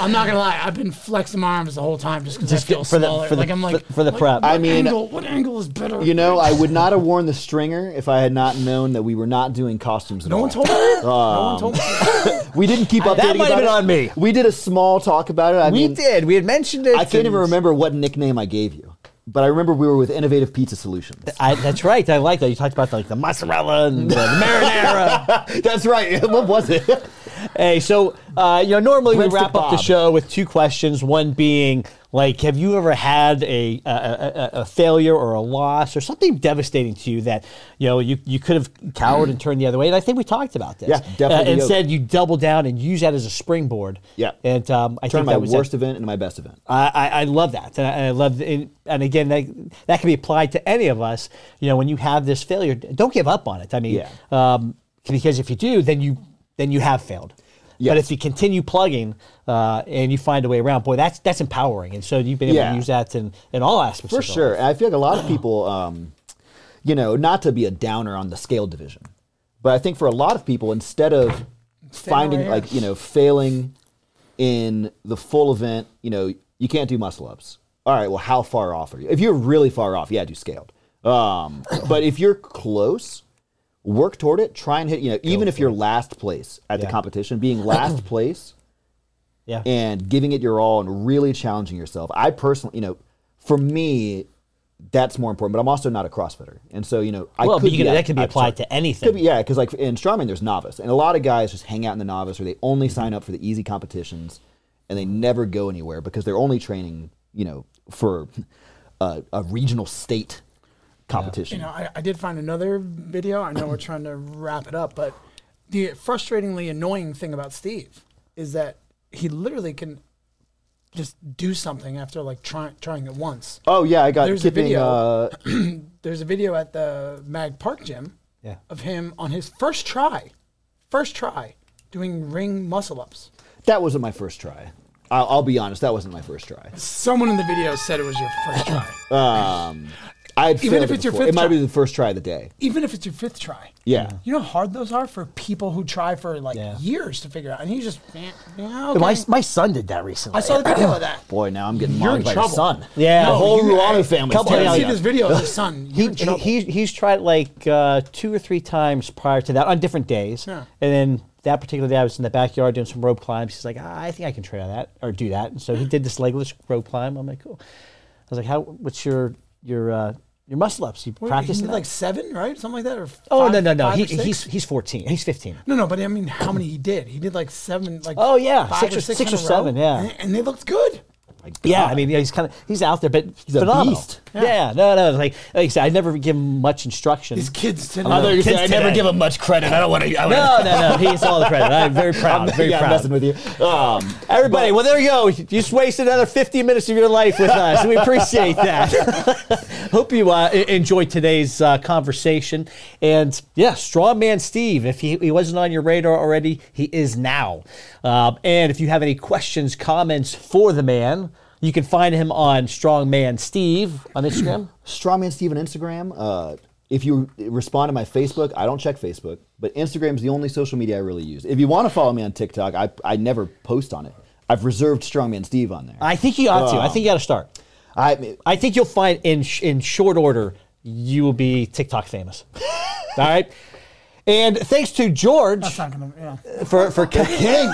I'm not gonna lie. I've been flexing my arms the whole time just because I Just feel for the- smaller. for the- like I'm like for- for the like, prep. What I mean- angle, what angle is better? You know, I would not have worn the stringer if I had not known that we were not doing costumes at no all. one told me. that. no one told me. that. We didn't keep updating. might have about been it. on me. We did a small talk about it. I we mean, did. We had mentioned it. I can't even and- remember what nickname I gave you, but I remember we were with Innovative Pizza Solutions. I, that's right. I like that. You talked about like the mozzarella and the marinara. That's right. what was it? hey, so uh, you know, normally Breadstick we wrap up the Bob. show with two questions. One being like, have you ever had a a, a, a failure or a loss or something devastating to you that you know you, you could have cowered and turned the other way? And I think we talked about this. Yeah, definitely Uh, the and yoke. said you double down and use that as a springboard. Yeah. And um, I Turned think my that was it. worst event into my best event. I, I- I love that, and I, and I love, and, and again, that, that can be applied to any of us. You know, when you have this failure, don't give up on it. I mean, Yeah. um, because if you do, then you then you have failed. But Yes. if you continue plugging uh, and you find a way around, boy, that's that's empowering. And so you've been able Yeah. to use that in, in all aspects. For of your sure. life. And I feel like a lot of people, um, you know, not to be a downer on the scale division, but I think for a lot of people, instead of finding, right here. like, you know, failing in the full event, you know, you can't do muscle ups. All right, well, how far off are you? If you're really far off, yeah, do scaled. Um, but if you're close, work toward it. Try and hit, you know, even if you're last place at the Yeah. competition, being last place Yeah. and giving it your all and really challenging yourself. I personally, you know, for me, that's more important. But I'm also not a CrossFitter, and so you know, I well, could but you be can, at- that can be I'm applied sorry. to anything. Could be, yeah, because like in strongman, there's novice, and a lot of guys just hang out in the novice, or they only sign up for the easy competitions, and they never go anywhere because they're only training, you know, for a, a regional state competition. You know, I, I did find another video. I know we're trying to wrap it up, but the frustratingly annoying thing about Steve is that he literally can just do something after like trying trying it once. oh yeah, I got There's a tipping. video. Uh, There's a video at the Mag Park gym Yeah. of him on his first try, first try, doing ring muscle ups. that wasn't my first try. I'll, I'll be honest, that wasn't my first try. Someone in the video said it was your first try, I had Even failed if it it's your before. it fifth might try. be the first try of the day. even if it's your fifth try. Yeah. You know how hard those are for people who try for like Yeah. years to figure out, and he just, eh, yeah, okay. My, my son did that recently. I saw the video of that. Boy, now I'm getting You're mauled in by trouble. the sun. Yeah. the No, whole you- Ruano family. Couple- I Yeah, see yeah. this video of his son. You're He, in he, trouble. he's, he's tried like uh, two or three times prior to that on different days. Yeah. And then that particular day, I was in the backyard doing some rope climbs. He's like, "Ah, I think I can try that or do that. And so he did this legless rope climb. I'm like, cool. I was like, how? What's your your uh, your muscle ups? You What, practice he did that? like seven, right? Something like that. Or oh five- no no no. five He, or six? he's he's 14. He's 15. no no. But I mean, how many he did? He did like seven, like Oh, yeah, five six or or- six, six in or a row, seven, yeah. and, and they looked good. Yeah, I mean, yeah, he's kind of he's out there, but he's a phenomenal. beast. Yeah. no no. Like like I said, I never give him much instruction. These kids today. thought you were gonna say, I never give him much credit. I don't want to. no, no, no. He gets all the credit. I'm very proud. very yeah, proud. I'm messing with you. Um, Everybody, well, there you go. You just wasted another 50 minutes of your life with us. We appreciate that. Hope you uh, e- enjoyed today's uh, conversation. And yeah, Strongman Steve, if he, he wasn't on your radar already, he is now. Um, and if you have any questions, comments for the man, you can find him on Strongman Steve on Instagram. Strawman Steve on Instagram. Uh, if you respond to my Facebook, I don't check Facebook, but Instagram is the only social media I really use. If you want to follow me on TikTok, I, I never post on it. I've reserved Strongman Steve on there. I think you ought to. I think you got to start. I I think you'll find in sh- in short order you will be TikTok famous. All right. And thanks to George That's not gonna. Yeah. for for king.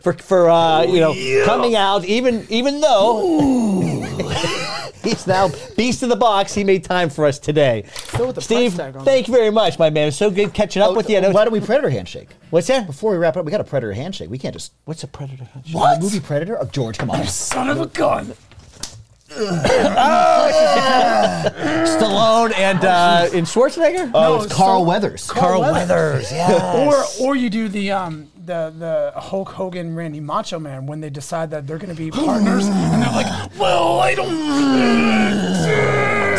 for, for uh, you know coming out even even though he's now beast of the box. He made time for us today. Still with the Steve, price tag on thank you very much, my man. It's so good catching up with you. I know- Why don't we predator handshake? What's that? Before we wrap it up, we got a predator handshake. We can't just What's a predator? handshake? what? the movie Predator. Oh, George, come on. Son of a gun. Stallone and uh, and Schwarzenegger. Oh, No, it's Carl so- Weathers. Carl Weathers. Weathers. Or, Yes. or you do the um the the Hulk Hogan Randy Macho Man when they decide that they're going to be partners and they're like, well, I don't.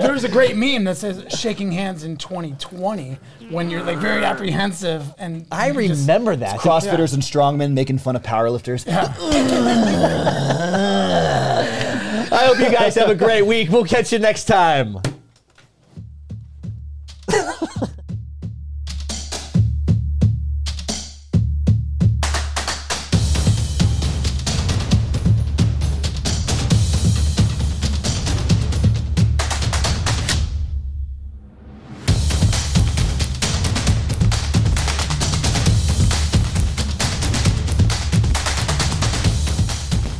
There's a great meme that says shaking hands in 2020 when you're like very apprehensive and I you just- remember that. Crossfitters and strongmen making fun of powerlifters. I hope you guys have a great week. We'll catch you next time.